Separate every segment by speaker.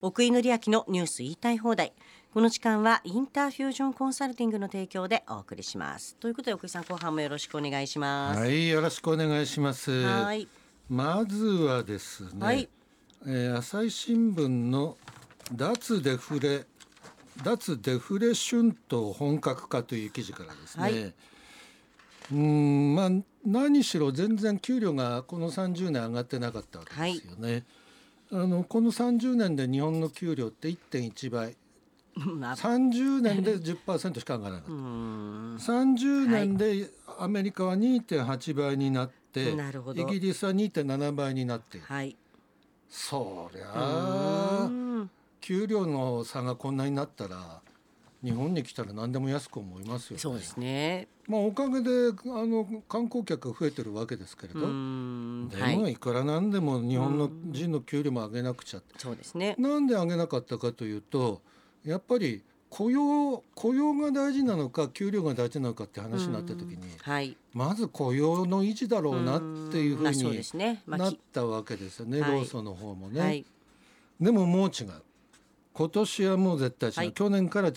Speaker 1: 奥井紀明のニュース言いたい放題この時間はインターフュージョンコンサルティングの提供でお送りしますということで奥井さん後半もよろしくお願いします
Speaker 2: は、
Speaker 1: はい
Speaker 2: よろしくお願いします。
Speaker 1: い
Speaker 2: まずはですね、
Speaker 1: はい
Speaker 2: えー朝日新聞の脱デフレ脱デフレ春闘本格化という記事からですね。
Speaker 1: はいう
Speaker 2: ーんまあ、何しろ全然給料がこの30年上がってなかったわけですよね、あのこの30年で日本の給料って1.1倍
Speaker 1: うんあ
Speaker 2: 30年で10%しか上がらなかった
Speaker 1: うーん
Speaker 2: 30年でアメリカは2.8倍になって、
Speaker 1: なるほど
Speaker 2: イギリスは2.7倍になっている
Speaker 1: はい
Speaker 2: そりゃ
Speaker 1: うー
Speaker 2: あ
Speaker 1: ん
Speaker 2: 給料の差がこんなになったら日本に来たら何でも安く思いますよね
Speaker 1: そうですね
Speaker 2: まあ、おかげであの観光客が増えてるわけですけれ
Speaker 1: う
Speaker 2: ど、
Speaker 1: ーん
Speaker 2: で
Speaker 1: は
Speaker 2: も
Speaker 1: い
Speaker 2: いくらなんでも日本の人の給料も上げなくちゃって
Speaker 1: そうですね
Speaker 2: なんで上げなかったかというとやっぱり雇用雇用が大事なのか給料が大事なのかって話になった時に、
Speaker 1: うんはい
Speaker 2: まず雇用の維持だろうなっていうふ
Speaker 1: ん
Speaker 2: う
Speaker 1: あそうで
Speaker 2: に
Speaker 1: すねまあ
Speaker 2: なっ
Speaker 1: き
Speaker 2: たわけですよね、
Speaker 1: はい
Speaker 2: 労組の方もね、
Speaker 1: はい
Speaker 2: でももう違う今年はもう絶対違う、
Speaker 1: はい
Speaker 2: 去年から違う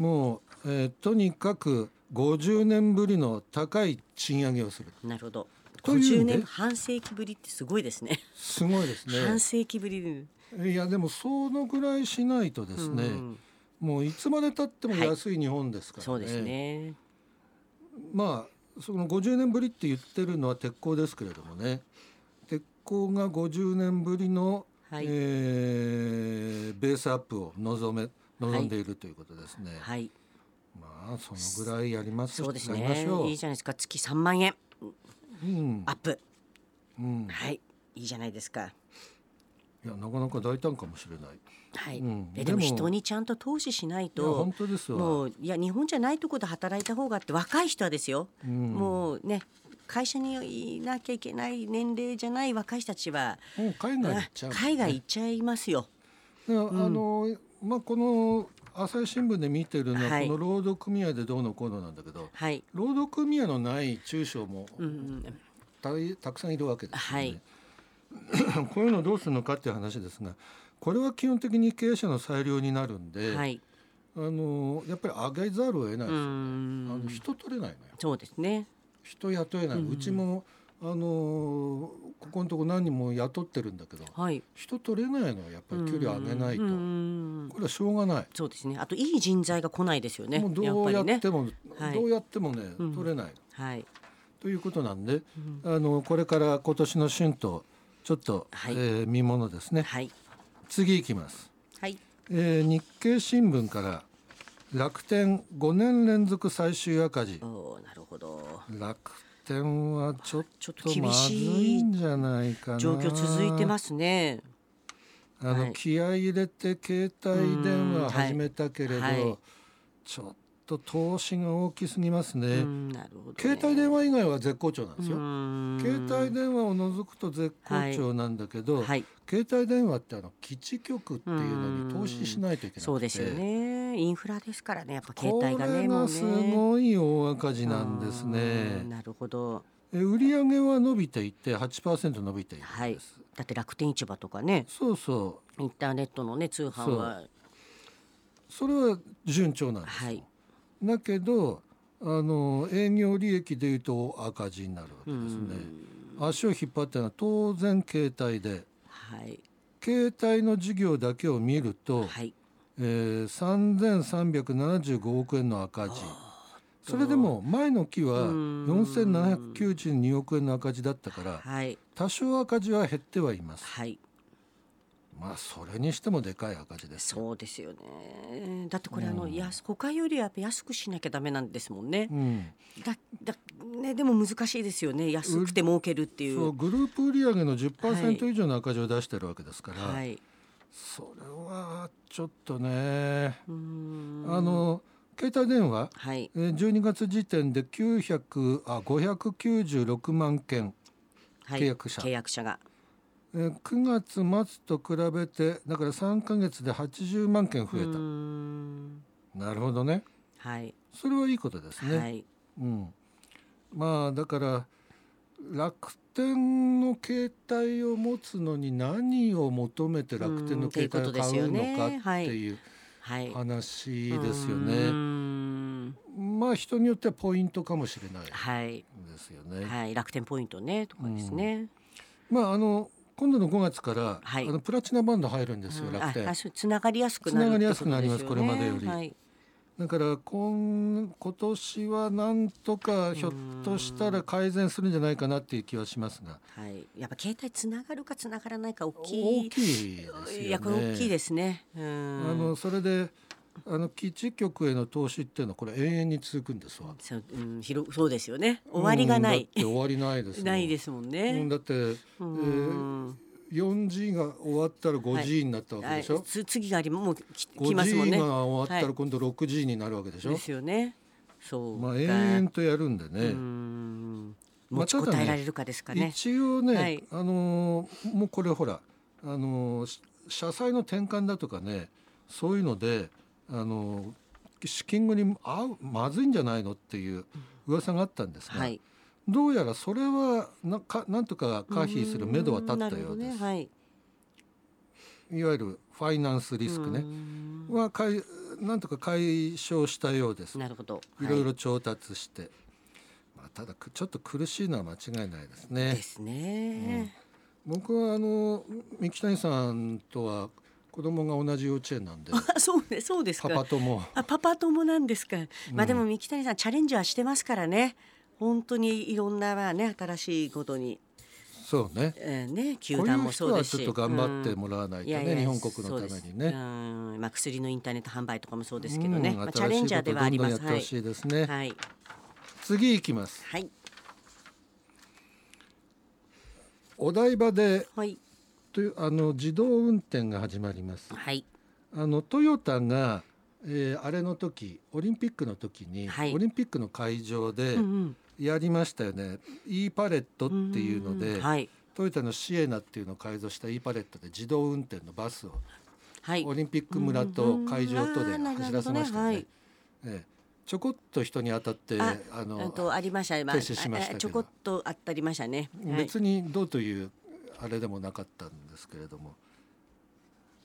Speaker 2: もう、えーとにかく50年ぶりの高い賃上げをする
Speaker 1: なるほど
Speaker 2: とい
Speaker 1: 50
Speaker 2: うんで
Speaker 1: 年半世紀ぶりってすごいですね
Speaker 2: すごいです
Speaker 1: 半世紀ぶりで
Speaker 2: ねいやでもそのぐらいしないとですね、もういつまでたっても安い日本ですからね、
Speaker 1: そうですね。
Speaker 2: まあその50年ぶりって言ってるのは鉄鋼ですけれどもね鉄鋼が50年ぶりの、
Speaker 1: はい
Speaker 2: えーベースアップを望め望んでいるということですね、
Speaker 1: はい、
Speaker 2: まあそのぐらいやります
Speaker 1: そうです
Speaker 2: やりま
Speaker 1: ね
Speaker 2: しょ。う
Speaker 1: いいじゃないですか。月3万円
Speaker 2: うん
Speaker 1: アップ。
Speaker 2: うん、
Speaker 1: はい、いいじゃないですか。
Speaker 2: いやなかなか大胆かもしれない
Speaker 1: はい。
Speaker 2: うん
Speaker 1: えで
Speaker 2: で
Speaker 1: も
Speaker 2: も
Speaker 1: 人にちゃんと投資しない
Speaker 2: いや本
Speaker 1: と。
Speaker 2: 当ですわ
Speaker 1: もういや日本じゃないところで働いた方がって若い人はですよ、
Speaker 2: うん
Speaker 1: もうね会社にいなきゃいけない年齢じゃない若い人たちは、
Speaker 2: もう海外行っちゃう、
Speaker 1: 海外行っちゃいますよ。
Speaker 2: であの、まあこの朝日新聞で見てるのは、
Speaker 1: はい
Speaker 2: この労働組合でどうのこうのなんだけど
Speaker 1: はい、
Speaker 2: 労働組合のない中小も
Speaker 1: うんうん、
Speaker 2: たたくさんいるわけですよ
Speaker 1: は
Speaker 2: ね
Speaker 1: い、
Speaker 2: こういうのをどうするのかっていう話ですがこれは基本的に経営者の裁量になるんで、
Speaker 1: はい、
Speaker 2: あのやっぱり上げざるを得ないうです、あの
Speaker 1: ん、
Speaker 2: 人取れないのよ
Speaker 1: そうですね。
Speaker 2: 人雇えない、う
Speaker 1: うん
Speaker 2: ちもあのここのとこ何人も雇ってるんだけど
Speaker 1: はい、
Speaker 2: 人取れないのはやっぱり給料上げないと、
Speaker 1: うんうん
Speaker 2: これはしょうがない、
Speaker 1: そうですね。あといい人材が来ないですよね。
Speaker 2: もうどうや
Speaker 1: っぱり
Speaker 2: っ
Speaker 1: ね。
Speaker 2: ても
Speaker 1: はい
Speaker 2: どうやってもね、
Speaker 1: うん
Speaker 2: 取れない
Speaker 1: はい。
Speaker 2: ということなんで、
Speaker 1: うん
Speaker 2: あのこれから今年の春闘ちょっと、
Speaker 1: はい
Speaker 2: えー見ものですね
Speaker 1: はい。
Speaker 2: 次行きます、
Speaker 1: はい。
Speaker 2: えー日経新聞から楽天5年連続最終赤字
Speaker 1: おお、なるほど。
Speaker 2: 楽天はちょっ
Speaker 1: ちょっと
Speaker 2: とま
Speaker 1: 厳
Speaker 2: ず
Speaker 1: し
Speaker 2: い
Speaker 1: い
Speaker 2: んじゃないかな
Speaker 1: 状況続いてますすね。
Speaker 2: あの、
Speaker 1: はい
Speaker 2: 気合い入れて携帯電話始めたけれど、
Speaker 1: うんはいはい
Speaker 2: ちょっと投資が大きすぎますね、
Speaker 1: うん、なるほど、ね。
Speaker 2: 携帯電話以外は絶好調なんですよ、
Speaker 1: うん
Speaker 2: 携帯電話を除くと絶好調なんだけど、
Speaker 1: はい。
Speaker 2: 携帯電話ってあの基地局っていうのに投資しないといけない
Speaker 1: そうですよね。インフラですからね。やっぱ携
Speaker 2: これ
Speaker 1: 帯がね、もう
Speaker 2: が
Speaker 1: ね。
Speaker 2: すごい大赤字なんです
Speaker 1: う
Speaker 2: ね
Speaker 1: ん。なるほど。
Speaker 2: え売上は伸びていて8%伸びている
Speaker 1: は
Speaker 2: ん
Speaker 1: い
Speaker 2: です。。
Speaker 1: だって楽天市場とかね、
Speaker 2: そうそ
Speaker 1: インターネットのね通販は
Speaker 2: う、それは順調なんですよ。
Speaker 1: はい。
Speaker 2: だけど、あの営業利益でいうと赤字になるわけ
Speaker 1: う
Speaker 2: ですね。
Speaker 1: ん。
Speaker 2: 足を引っ張ってるのは当然携帯で、
Speaker 1: はい。
Speaker 2: 携帯の事業だけを見ると、
Speaker 1: はい。
Speaker 2: えー、3375億円の赤字。それでも前の期は
Speaker 1: うん
Speaker 2: 4792億円の赤字だったから
Speaker 1: はい。
Speaker 2: 多少赤字は減ってはいます
Speaker 1: はい。
Speaker 2: まあそれにしてもでかい赤字ですよ
Speaker 1: そうですよね。だってこれあの、
Speaker 2: うん
Speaker 1: 安他よりはやっぱ安くしなきゃダメなんですもんね。
Speaker 2: うん、
Speaker 1: だだねでも難しいですよね。安くて儲けるってい
Speaker 2: そう
Speaker 1: う。
Speaker 2: グループ売上の
Speaker 1: は
Speaker 2: 10%以上の赤字を出してるわけですから、
Speaker 1: はい。
Speaker 2: それはちょっとね
Speaker 1: うーん
Speaker 2: あの携帯電話
Speaker 1: はい
Speaker 2: えー12月時点で900あ596万件、
Speaker 1: はい
Speaker 2: 契約者
Speaker 1: 契約者が
Speaker 2: えー9月末と比べてだから3か月で80万件増
Speaker 1: うーん
Speaker 2: えたなるほどね
Speaker 1: はい
Speaker 2: それはいいことですね。
Speaker 1: はい
Speaker 2: うん、まあだから楽天の携帯を持つのに何を求めて楽天の携帯を買うのかっていう
Speaker 1: はい。
Speaker 2: 話ですよ
Speaker 1: うー
Speaker 2: ね。
Speaker 1: ん
Speaker 2: まあ人によってはポイントかもしれない
Speaker 1: はい。
Speaker 2: ですよね。
Speaker 1: はい。楽天ポイントねとかですね。
Speaker 2: まああの今度の5月から、
Speaker 1: はい
Speaker 2: あのプラチナバンド入るんですよ、
Speaker 1: うん
Speaker 2: 楽天
Speaker 1: あ、あ。そうつながりやすくなる
Speaker 2: つながりやすくなります
Speaker 1: ってとです
Speaker 2: これまでより
Speaker 1: はい。
Speaker 2: だから今今年はなんとかひょっとしたら改善するんじゃないかなっていう気はしますが
Speaker 1: はい。やっぱ携帯つながるかつながらないか大き
Speaker 2: 大
Speaker 1: い。
Speaker 2: きいですよね。
Speaker 1: いやこれ大きいですね。うん。
Speaker 2: あのそれであの基地局への投資っていうのはこれ永遠に続くんですわ。
Speaker 1: そう、うん、広そうですよね。終わりがな
Speaker 2: うん
Speaker 1: い
Speaker 2: だっ。て終わりないです。
Speaker 1: ないですすもん
Speaker 2: うん
Speaker 1: ね。
Speaker 2: だって、え
Speaker 1: う
Speaker 2: ー、
Speaker 1: ん
Speaker 2: 4G が終わったら
Speaker 1: はい
Speaker 2: 5G になったわけ
Speaker 1: は
Speaker 2: で
Speaker 1: い
Speaker 2: しょ。
Speaker 1: つ次がありもうき来ますもん
Speaker 2: 5G
Speaker 1: ね。
Speaker 2: が終わった
Speaker 1: は
Speaker 2: ら
Speaker 1: い
Speaker 2: 今度 6G になるわけでしょ。
Speaker 1: ですよね。そうか。
Speaker 2: まあ永遠とやるんで
Speaker 1: う
Speaker 2: ね。
Speaker 1: ん。
Speaker 2: ま
Speaker 1: 持
Speaker 2: あ
Speaker 1: ち
Speaker 2: ただ
Speaker 1: こ
Speaker 2: ね
Speaker 1: たえられるかですかね。
Speaker 2: 一応ね、
Speaker 1: はい
Speaker 2: あのーもうこれほらあのーし社債の転換だとかねそういうのであのー資金繰り合うまずいんじゃないのっていう噂があったんですが、
Speaker 1: はい。
Speaker 2: どうやらそれはなかなんとか回避する目処は立っ
Speaker 1: な
Speaker 2: たよう
Speaker 1: る
Speaker 2: で
Speaker 1: ほ
Speaker 2: す、
Speaker 1: どねはい。
Speaker 2: いわゆるファイナンスリスクね
Speaker 1: うん
Speaker 2: はかいなんとか解消したようですい
Speaker 1: なるほど。はい
Speaker 2: ろいろ調達して、まあ、ただくちょっと苦しいのは間違いないですね
Speaker 1: ですね。
Speaker 2: 僕はあの三木谷さんとは子供が同じ幼稚園なんで
Speaker 1: あ、 そうね、そうです
Speaker 2: パ
Speaker 1: か。
Speaker 2: パ友
Speaker 1: あパパ友なんですか。まあでも三木谷さんチャレンジはしてますからね。本当にいろんなまあね新しいことに、
Speaker 2: そうね
Speaker 1: えーね球
Speaker 2: こう
Speaker 1: 団
Speaker 2: いう
Speaker 1: もそ
Speaker 2: 人
Speaker 1: う
Speaker 2: は
Speaker 1: です
Speaker 2: ち
Speaker 1: し。
Speaker 2: ょっと頑張って
Speaker 1: うん
Speaker 2: もらわないと
Speaker 1: い
Speaker 2: ね、
Speaker 1: やいや
Speaker 2: 日本国
Speaker 1: そ
Speaker 2: の
Speaker 1: う
Speaker 2: た
Speaker 1: で
Speaker 2: め
Speaker 1: す
Speaker 2: にね。
Speaker 1: うん、まあ薬のインターネット販売とかもそうですけ
Speaker 2: う
Speaker 1: どね。
Speaker 2: ん
Speaker 1: まあチャレ
Speaker 2: 新し
Speaker 1: ン
Speaker 2: い
Speaker 1: ジャー
Speaker 2: こと
Speaker 1: で
Speaker 2: を
Speaker 1: は
Speaker 2: ど
Speaker 1: あ
Speaker 2: ん
Speaker 1: り
Speaker 2: ど
Speaker 1: ま
Speaker 2: んやっ
Speaker 1: す。
Speaker 2: てほしいですね、
Speaker 1: はい。
Speaker 2: 次いきます
Speaker 1: はい。
Speaker 2: お台場で
Speaker 1: はい。
Speaker 2: というあの自動運転が始まります
Speaker 1: はい。
Speaker 2: あのトヨタが、えーあれの時オリンピックの時に、
Speaker 1: はい
Speaker 2: オリンピックの会場で
Speaker 1: うんうん
Speaker 2: やりましたよね、e パレットっていうので、
Speaker 1: んはい。
Speaker 2: トヨタのシエナっていうのを改造した e パレットで自動運転のバスを
Speaker 1: はい。
Speaker 2: オリンピック村と会場と
Speaker 1: うん
Speaker 2: で
Speaker 1: あーなるほどね
Speaker 2: 走らせましたよね。
Speaker 1: はい
Speaker 2: ええちょこっと人に当たってあ
Speaker 1: ああ
Speaker 2: の
Speaker 1: とありました。まあ、
Speaker 2: 停止しまし
Speaker 1: あ
Speaker 2: たけど
Speaker 1: あちょこっとあったりましたね。はい。
Speaker 2: 別にどうというあれでもなかったんですけれども、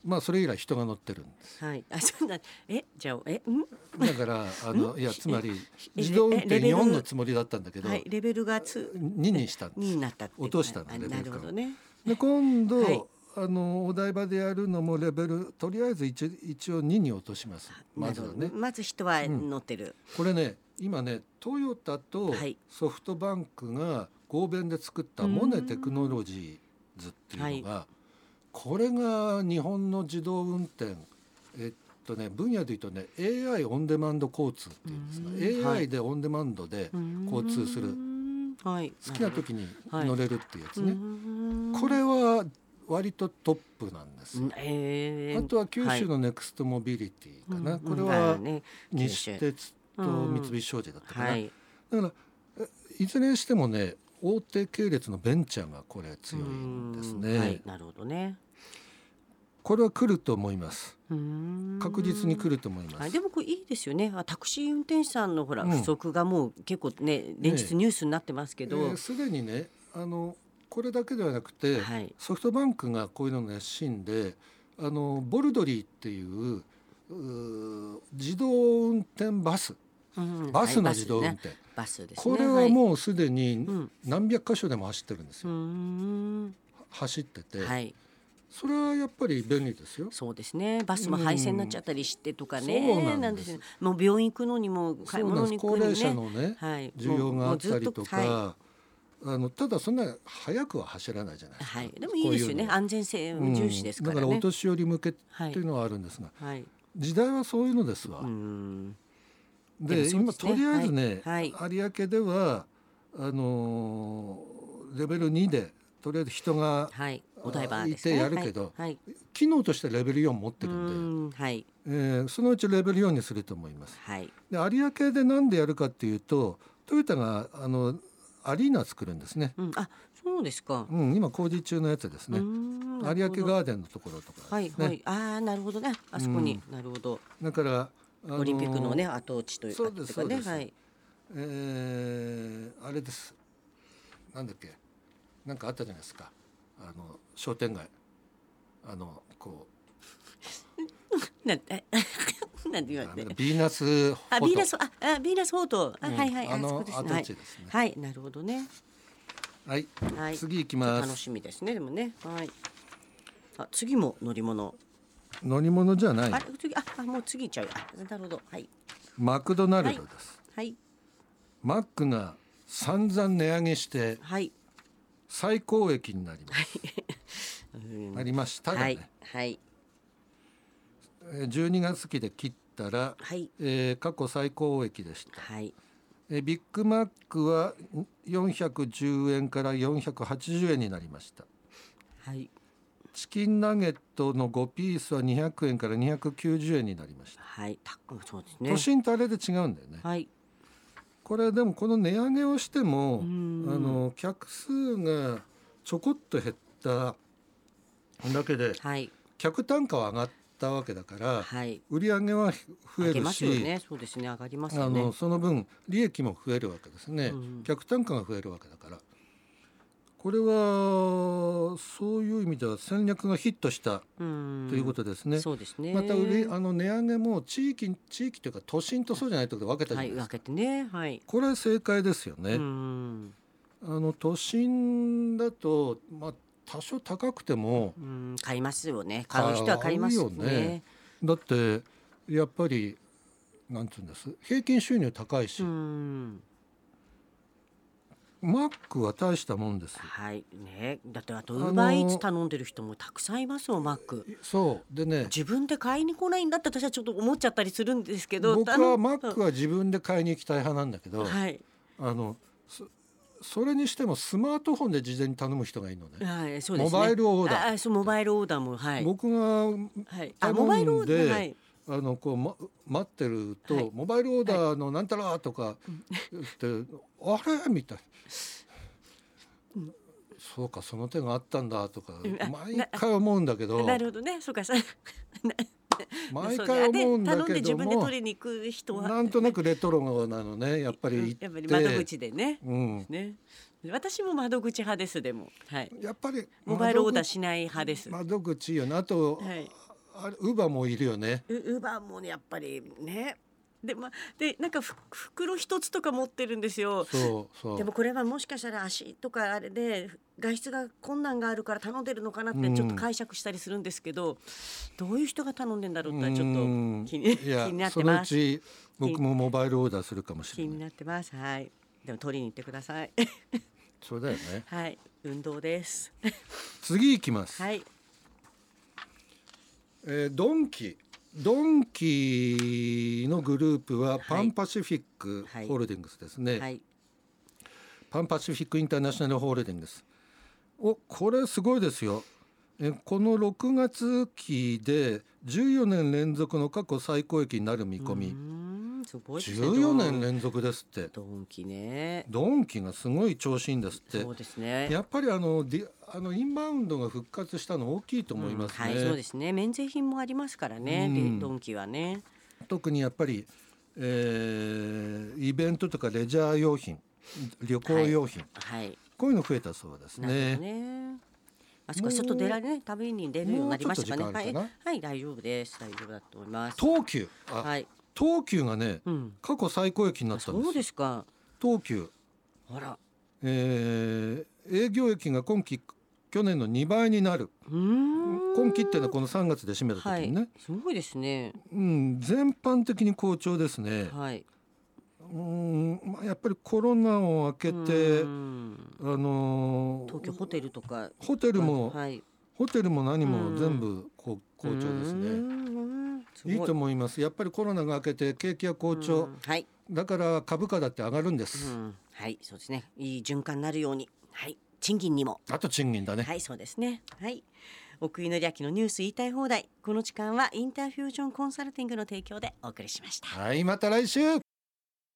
Speaker 2: まあそれ以来人が乗ってるんです。
Speaker 1: はい。あ、そんな。え、じゃあ、え、うん。
Speaker 2: だからあのいやつまり
Speaker 1: え
Speaker 2: 自動運転
Speaker 1: えレベル
Speaker 2: 4のつもりだったんだけど、
Speaker 1: はい。レベルがつ。
Speaker 2: 2にしたんです。
Speaker 1: になったっていう。
Speaker 2: 落としたの
Speaker 1: あ
Speaker 2: レベル
Speaker 1: な
Speaker 2: 感
Speaker 1: るほどね。
Speaker 2: で今度、
Speaker 1: はい
Speaker 2: あのお台場でやるのもレベルとりあえず一一応2に落としますまずは
Speaker 1: な
Speaker 2: ね
Speaker 1: るほどまず人は
Speaker 2: ん
Speaker 1: 乗ってる。
Speaker 2: これね今ねトヨタと
Speaker 1: はい
Speaker 2: ソフトバンクが合弁で作ったモネテクノロジーズっていうのが、これが日本の自動運転えっとね分野で言うとね AI オンデマンド交通っていうんです
Speaker 1: うん
Speaker 2: が
Speaker 1: はい
Speaker 2: AI でオンデマンドで交通する、
Speaker 1: うん。はい。
Speaker 2: 好きな
Speaker 1: る
Speaker 2: 時に
Speaker 1: はい
Speaker 2: 乗れるっていうやつ
Speaker 1: ほど。
Speaker 2: ね、
Speaker 1: うん
Speaker 2: これは割とトップなんです
Speaker 1: うんえ
Speaker 2: あ
Speaker 1: ー
Speaker 2: とは九州のネクストモビリティかな、
Speaker 1: うん
Speaker 2: これ
Speaker 1: う
Speaker 2: は
Speaker 1: んだよね
Speaker 2: 西鉄と三菱商事だったかな、
Speaker 1: はい。
Speaker 2: だからえいずれにしてもね大手系列のベンチャーがこれ強いんです
Speaker 1: う
Speaker 2: ね、
Speaker 1: んはい。なるほどね。
Speaker 2: これは来ると思います
Speaker 1: うん
Speaker 2: 確実に来ると思います、
Speaker 1: はい、でもこれいいですよねあタクシー運転手さんのほら
Speaker 2: うん
Speaker 1: 不足がもう結構ね連日ニュースになってますけ
Speaker 2: え
Speaker 1: ど、
Speaker 2: ーすでにねあのこれだけではなくて、
Speaker 1: はい
Speaker 2: ソフトバンクがこういうのの熱心であのボルドリーっていううー自動運転バス
Speaker 1: うん
Speaker 2: バスの
Speaker 1: はい
Speaker 2: 自動運転、
Speaker 1: バスねバスですね
Speaker 2: これはもうすでに
Speaker 1: うん
Speaker 2: 何百箇所でも走ってるんです
Speaker 1: う
Speaker 2: よ、
Speaker 1: ーん
Speaker 2: 走ってて、
Speaker 1: はい
Speaker 2: それはやっぱり便利ですよ
Speaker 1: そうですねバスも廃線になっちゃったりしてとかね、
Speaker 2: うんそうなんです
Speaker 1: よもう病院行くのにも買い
Speaker 2: そうなん
Speaker 1: 物
Speaker 2: です
Speaker 1: に行
Speaker 2: 高
Speaker 1: くの
Speaker 2: 齢
Speaker 1: にね
Speaker 2: 者のね、
Speaker 1: はい
Speaker 2: 需要があったりとか、
Speaker 1: もうもうずっ
Speaker 2: あのただそんな早くは走らないじゃないですか、
Speaker 1: はい、でもいいですよね
Speaker 2: こ
Speaker 1: 安全性
Speaker 2: ういうの
Speaker 1: 重視ですからね、
Speaker 2: うんだからお年寄り向けって
Speaker 1: はい
Speaker 2: いうのはあるんですが、
Speaker 1: はい
Speaker 2: 時代はそういうのですわ、
Speaker 1: うん
Speaker 2: で
Speaker 1: でも
Speaker 2: 今
Speaker 1: そう
Speaker 2: と
Speaker 1: ですね
Speaker 2: りあえずね、
Speaker 1: はい
Speaker 2: 有明ではあのーレベル2でとりあえず人が
Speaker 1: はいお台場です
Speaker 2: あ
Speaker 1: ね
Speaker 2: いてやるけど
Speaker 1: はい、はい
Speaker 2: 機能としてレベル4持って
Speaker 1: う
Speaker 2: るん
Speaker 1: ん
Speaker 2: で、
Speaker 1: はい
Speaker 2: えーそのうちレベル4にすると思います。
Speaker 1: はい
Speaker 2: で有明でなんでやるかっていうとトヨタがあのアリーナ作るんですね、
Speaker 1: うん、あそうですか。
Speaker 2: うん、今工事中のやつですね
Speaker 1: うーんな
Speaker 2: 有
Speaker 1: るほ
Speaker 2: 明
Speaker 1: ど
Speaker 2: ガーデンのところとか、
Speaker 1: は
Speaker 2: ね
Speaker 1: いはい、ああなるほどねあそこに、なるほど
Speaker 2: だから、あのー
Speaker 1: オリンピックのね跡地という
Speaker 2: そうです
Speaker 1: あといかね
Speaker 2: そうです
Speaker 1: はい
Speaker 2: えーあれですなんだっけなんかあったじゃないですかあの商店街あのこ
Speaker 1: なんて なんて
Speaker 2: う
Speaker 1: 言
Speaker 2: あ
Speaker 1: わ
Speaker 2: なん
Speaker 1: れ
Speaker 2: か
Speaker 1: て
Speaker 2: ビーナスフォ
Speaker 1: あ
Speaker 2: ト
Speaker 1: ビーナスああビーナスフォートあ、
Speaker 2: うん
Speaker 1: はいはい
Speaker 2: あ
Speaker 1: そ
Speaker 2: の
Speaker 1: こですね
Speaker 2: 跡地ですね
Speaker 1: はい、はい、なるほどね
Speaker 2: はい、
Speaker 1: はい
Speaker 2: 次行きま
Speaker 1: 楽
Speaker 2: す
Speaker 1: しみですねでもねはいあ次も乗り物、
Speaker 2: 乗り物じゃな
Speaker 1: あ
Speaker 2: い
Speaker 1: れ次ああもう次行っちゃうよあなるほどはい
Speaker 2: マクドナルドです、
Speaker 1: はい
Speaker 2: マックが散々値上げして
Speaker 1: はい、
Speaker 2: 最高益になります、
Speaker 1: うん
Speaker 2: なりましたがね、
Speaker 1: はいはい
Speaker 2: えー12月期で切ったら、
Speaker 1: はい
Speaker 2: えー過去最高益でした
Speaker 1: はい
Speaker 2: えービッグマックはん410円から480円になりました
Speaker 1: はい
Speaker 2: チキンナゲットの5ピースは200円から290円になりました
Speaker 1: はいたそうですね
Speaker 2: 都心とあれで違うんだよね
Speaker 1: はい
Speaker 2: これでもこの値上げをしてもあ
Speaker 1: ん
Speaker 2: の客数がちょこっと減っただけで
Speaker 1: はい
Speaker 2: 客単価は上がったわけだから
Speaker 1: はい
Speaker 2: 売り上げは増え
Speaker 1: 上げ
Speaker 2: る
Speaker 1: ますよ
Speaker 2: し、
Speaker 1: ねそうですね上がります
Speaker 2: あ
Speaker 1: よ
Speaker 2: の
Speaker 1: ね
Speaker 2: その分利益も増えるわけですね、
Speaker 1: うん
Speaker 2: 客単価が増えるわけだからこれはそういう意味では戦略がヒットした
Speaker 1: と
Speaker 2: ということですね、
Speaker 1: そうですね
Speaker 2: また売りあの値上げも地域地域というか都心とそうじゃないとこで分けたじゃ
Speaker 1: は
Speaker 2: ない
Speaker 1: い
Speaker 2: ですか、
Speaker 1: 分けてねはい
Speaker 2: これ正解ですよね、
Speaker 1: うん
Speaker 2: あの都心だと、まあ、多少高くても
Speaker 1: うん買いますよね買う人は買いますよ
Speaker 2: 買うよね
Speaker 1: ね
Speaker 2: だってやっぱりなんつうんです平均収入高いし、
Speaker 1: うん
Speaker 2: マックは大したもんですよ
Speaker 1: はいねだってあと
Speaker 2: あ
Speaker 1: ウ
Speaker 2: の
Speaker 1: ーバーイーツ頼んでる人もたくさんいますよマック
Speaker 2: そうでね
Speaker 1: 自分で買いに来ないんだって私はちょっと思っちゃったりするんですけど
Speaker 2: 僕
Speaker 1: 頼
Speaker 2: は
Speaker 1: む
Speaker 2: マックは自分で買いに行きたい派なんだけど、
Speaker 1: はい
Speaker 2: あのそそれにしてもスマートフォンで事前に頼む人がいるのね
Speaker 1: はいそうですね
Speaker 2: モバイルオーダー
Speaker 1: ああそうモバイルオーダーもはい
Speaker 2: 僕が
Speaker 1: はい
Speaker 2: 頼んで
Speaker 1: あモバイルオーダーはい
Speaker 2: あのこう、ま、待ってると、
Speaker 1: はい
Speaker 2: モバイルオーダーのなんたらとかって、あれみたいな。そうかその手があったんだとか
Speaker 1: うんあ
Speaker 2: 毎回思うんだけど
Speaker 1: なるほどねそうかさ
Speaker 2: 毎
Speaker 1: そう
Speaker 2: 回
Speaker 1: だで
Speaker 2: 思うんだ
Speaker 1: 頼んで
Speaker 2: け
Speaker 1: 自
Speaker 2: ど
Speaker 1: 分で
Speaker 2: も
Speaker 1: 取りに行く人は
Speaker 2: なんとなくレトロなのねやっぱ
Speaker 1: う
Speaker 2: り
Speaker 1: んやっぱり
Speaker 2: 行
Speaker 1: 窓
Speaker 2: って
Speaker 1: 口でね
Speaker 2: うん
Speaker 1: ね私も窓口派ですでもはい
Speaker 2: やっぱり
Speaker 1: モバイルオーダーしない派ですは
Speaker 2: 窓口いいよねあと
Speaker 1: い
Speaker 2: あれウーバーもいるよね
Speaker 1: ウウーバーもねやっぱりねでまあでなんかふ袋一つとか持ってるんですよ
Speaker 2: そうそう
Speaker 1: でもこれはもしかしたら足とかあれで外出が困難があるから頼んでるのかなっ
Speaker 2: う
Speaker 1: て
Speaker 2: ん
Speaker 1: ちょっと解釈したりするんですけど、どういう人が頼んでんだろうってちょっと
Speaker 2: うん
Speaker 1: 気に気
Speaker 2: いや
Speaker 1: になって
Speaker 2: その
Speaker 1: ま
Speaker 2: う
Speaker 1: す
Speaker 2: ち僕もモバイルオーダーするかもしれ
Speaker 1: 気に
Speaker 2: ない
Speaker 1: なってますはいでも取りに行ってください
Speaker 2: そうだよね
Speaker 1: はい運動 です
Speaker 2: 次行きます、
Speaker 1: はい
Speaker 2: えードンキドンキのグループはパンパシフィック
Speaker 1: はい
Speaker 2: ホールディングスですね、
Speaker 1: はい
Speaker 2: パンパシフィックインターナショナルホールディングスおこれすごいですよえーこの6月期で14年連続の過去最高益になる見込
Speaker 1: う
Speaker 2: み
Speaker 1: ーんすごいですね
Speaker 2: 14年連続ですって
Speaker 1: ドンキね
Speaker 2: ドンキがすごい調子いいんですって
Speaker 1: そうですね
Speaker 2: やっぱりあのディあのインバウンドが復活したの大きいと思いますね、
Speaker 1: うんはいそうですね免税品もありますからね、で
Speaker 2: うん
Speaker 1: ドンキはね
Speaker 2: 特にやっぱり、えーイベントとかレジャー用品旅行用品、
Speaker 1: はい
Speaker 2: こういうの増えたそうです
Speaker 1: なる
Speaker 2: ね
Speaker 1: ほどねあそこ外出られね旅に出るようになりましたかね
Speaker 2: もうちょっと時間あ
Speaker 1: は
Speaker 2: る
Speaker 1: い、はい、大丈夫です大丈夫だと思います
Speaker 2: 東急あ、
Speaker 1: はい
Speaker 2: 東急がね
Speaker 1: うん
Speaker 2: 過去最高益にな
Speaker 1: あ
Speaker 2: った
Speaker 1: そ
Speaker 2: んです
Speaker 1: うですか
Speaker 2: 東急、
Speaker 1: あら
Speaker 2: えー営業益が今期去年の2倍になる
Speaker 1: うーん
Speaker 2: 今期っていうのはこの3月で締めた
Speaker 1: は
Speaker 2: 時に
Speaker 1: い
Speaker 2: ね、
Speaker 1: すごいですね
Speaker 2: うん、全般的に好調ですね、
Speaker 1: はい
Speaker 2: うんまあ、やっぱりコロナを明け
Speaker 1: う
Speaker 2: て、
Speaker 1: ーん
Speaker 2: あのー
Speaker 1: 東京ホテルとか
Speaker 2: ホテルも、
Speaker 1: はい
Speaker 2: ホテルも何
Speaker 1: う
Speaker 2: も
Speaker 1: ん
Speaker 2: 全部こう好調です
Speaker 1: うー
Speaker 2: ね。
Speaker 1: んすご
Speaker 2: いいと思います。やっぱりコロナが明けて景気は好
Speaker 1: う
Speaker 2: 調
Speaker 1: ん、はい
Speaker 2: だから株価だって上がるんで
Speaker 1: う
Speaker 2: す。
Speaker 1: ん、はい、そうですね。いい循環になるように、はい、賃金にも、
Speaker 2: あと賃金だね。
Speaker 1: はい、そうですね。はい、奥井紀明のニュース言いたい放題。この時間はインターフュージョンコンサルティングの提供でお送りしました。
Speaker 2: はい、また来週。